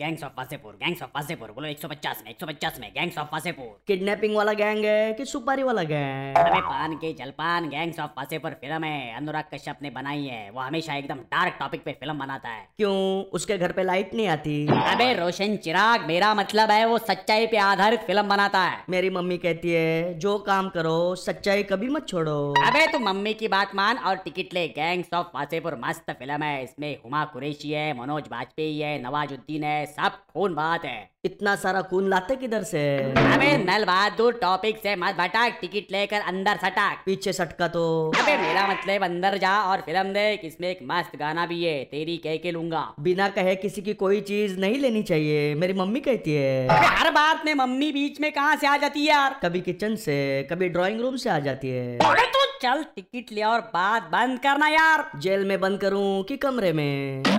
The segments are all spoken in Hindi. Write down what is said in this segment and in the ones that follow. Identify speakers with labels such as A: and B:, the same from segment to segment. A: gangs of Wasseypur gangs of Wasseypur बोलो 150 में 150 में गैंग्स ऑफ वासेपुर
B: किडनैपिंग वाला गैंग है कि सुपारी वाला गैंग
A: अरे पान के जलपान गैंग्स ऑफ वासेपुर फिल्म है अनुराग कश्यप ने बनाई है वो हमेशा एकदम डार्क टॉपिक पे फिल्म बनाता है
B: क्यों उसके घर पे लाइट नहीं आती
A: अबे रोशन चिराग मेरा मतलब है वो सच्चाई पे आधारित फिल्म बनाता है
B: मेरी मम्मी कहती है जो काम करो सच्चाई कभी मत छोड़ो
A: अबे तू मम्मी की बात मान और टिकट ले गैंग्स ऑफ वासेपुर मस्त फिल्म है इसमें हुमा कुरैशी है मनोज वाजपेयी है नवाजुद्दीन है सब खून बात है
B: इतना सारा खून लाते किधर से
A: अबे नल बहादुर टॉपिक से मत भटक टिकट लेकर अंदर सटक
B: पीछे सटका तो
A: अबे मेरा मतलब अंदर जा और फिल्म देख इसमें एक मस्त गाना भी है तेरी कह के लूंगा
B: बिना कहे किसी की कोई चीज नहीं लेनी चाहिए मेरी मम्मी कहती है
A: अबे हर बात में मम्मी बीच में कहाँ से आ जाती है यार
B: कभी किचन से कभी ड्राइंग रूम से आ जाती है
A: अबे तू चल टिकट ले और बात बंद करना यार
B: जेल में बंद करूं कि कमरे में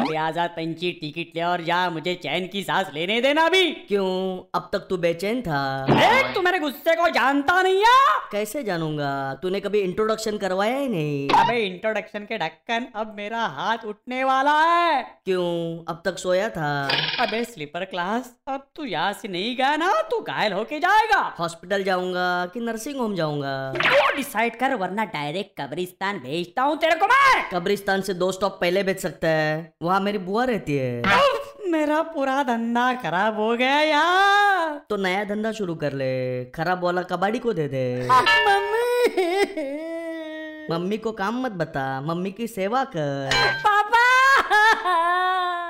A: लिहाजा पंची टिकट ले और जा मुझे चैन की सांस लेने देना अभी
B: क्यों अब तक तू बेचैन था
A: देख तू मेरे गुस्से को जानता नहीं है
B: कैसे जानूंगा तूने कभी इंट्रोडक्शन करवाया ही नहीं
A: अबे इंट्रोडक्शन के ढक्कन अब मेरा हाथ उठने वाला है
B: क्यों अब तक सोया था
A: अबे स्लीपर क्लास अब तू यहाँ से नहीं गया ना तू घायल होके जाएगा
B: हॉस्पिटल जाऊंगा कि नर्सिंग होम जाऊंगा
A: तू डिसाइड कर वरना डायरेक्ट कब्रिस्तान भेजता हूँ तेरे को मैं
B: कब्रिस्तान से दो स्टॉप पहले भेज सकता है वहाँ मेरी बुआ रहती है
A: उफ, मेरा पूरा धंधा खराब हो गया यार
B: तो नया धंधा शुरू कर ले खराब वाला कबाड़ी को दे दे
A: मम्मी
B: मम्मी को काम मत बता मम्मी की सेवा कर
A: पापा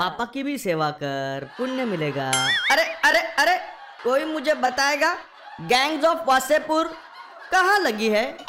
B: पापा की भी सेवा कर पुण्य मिलेगा अरे अरे अरे कोई मुझे बताएगा गैंग्स ऑफ वासेपुर कहाँ लगी है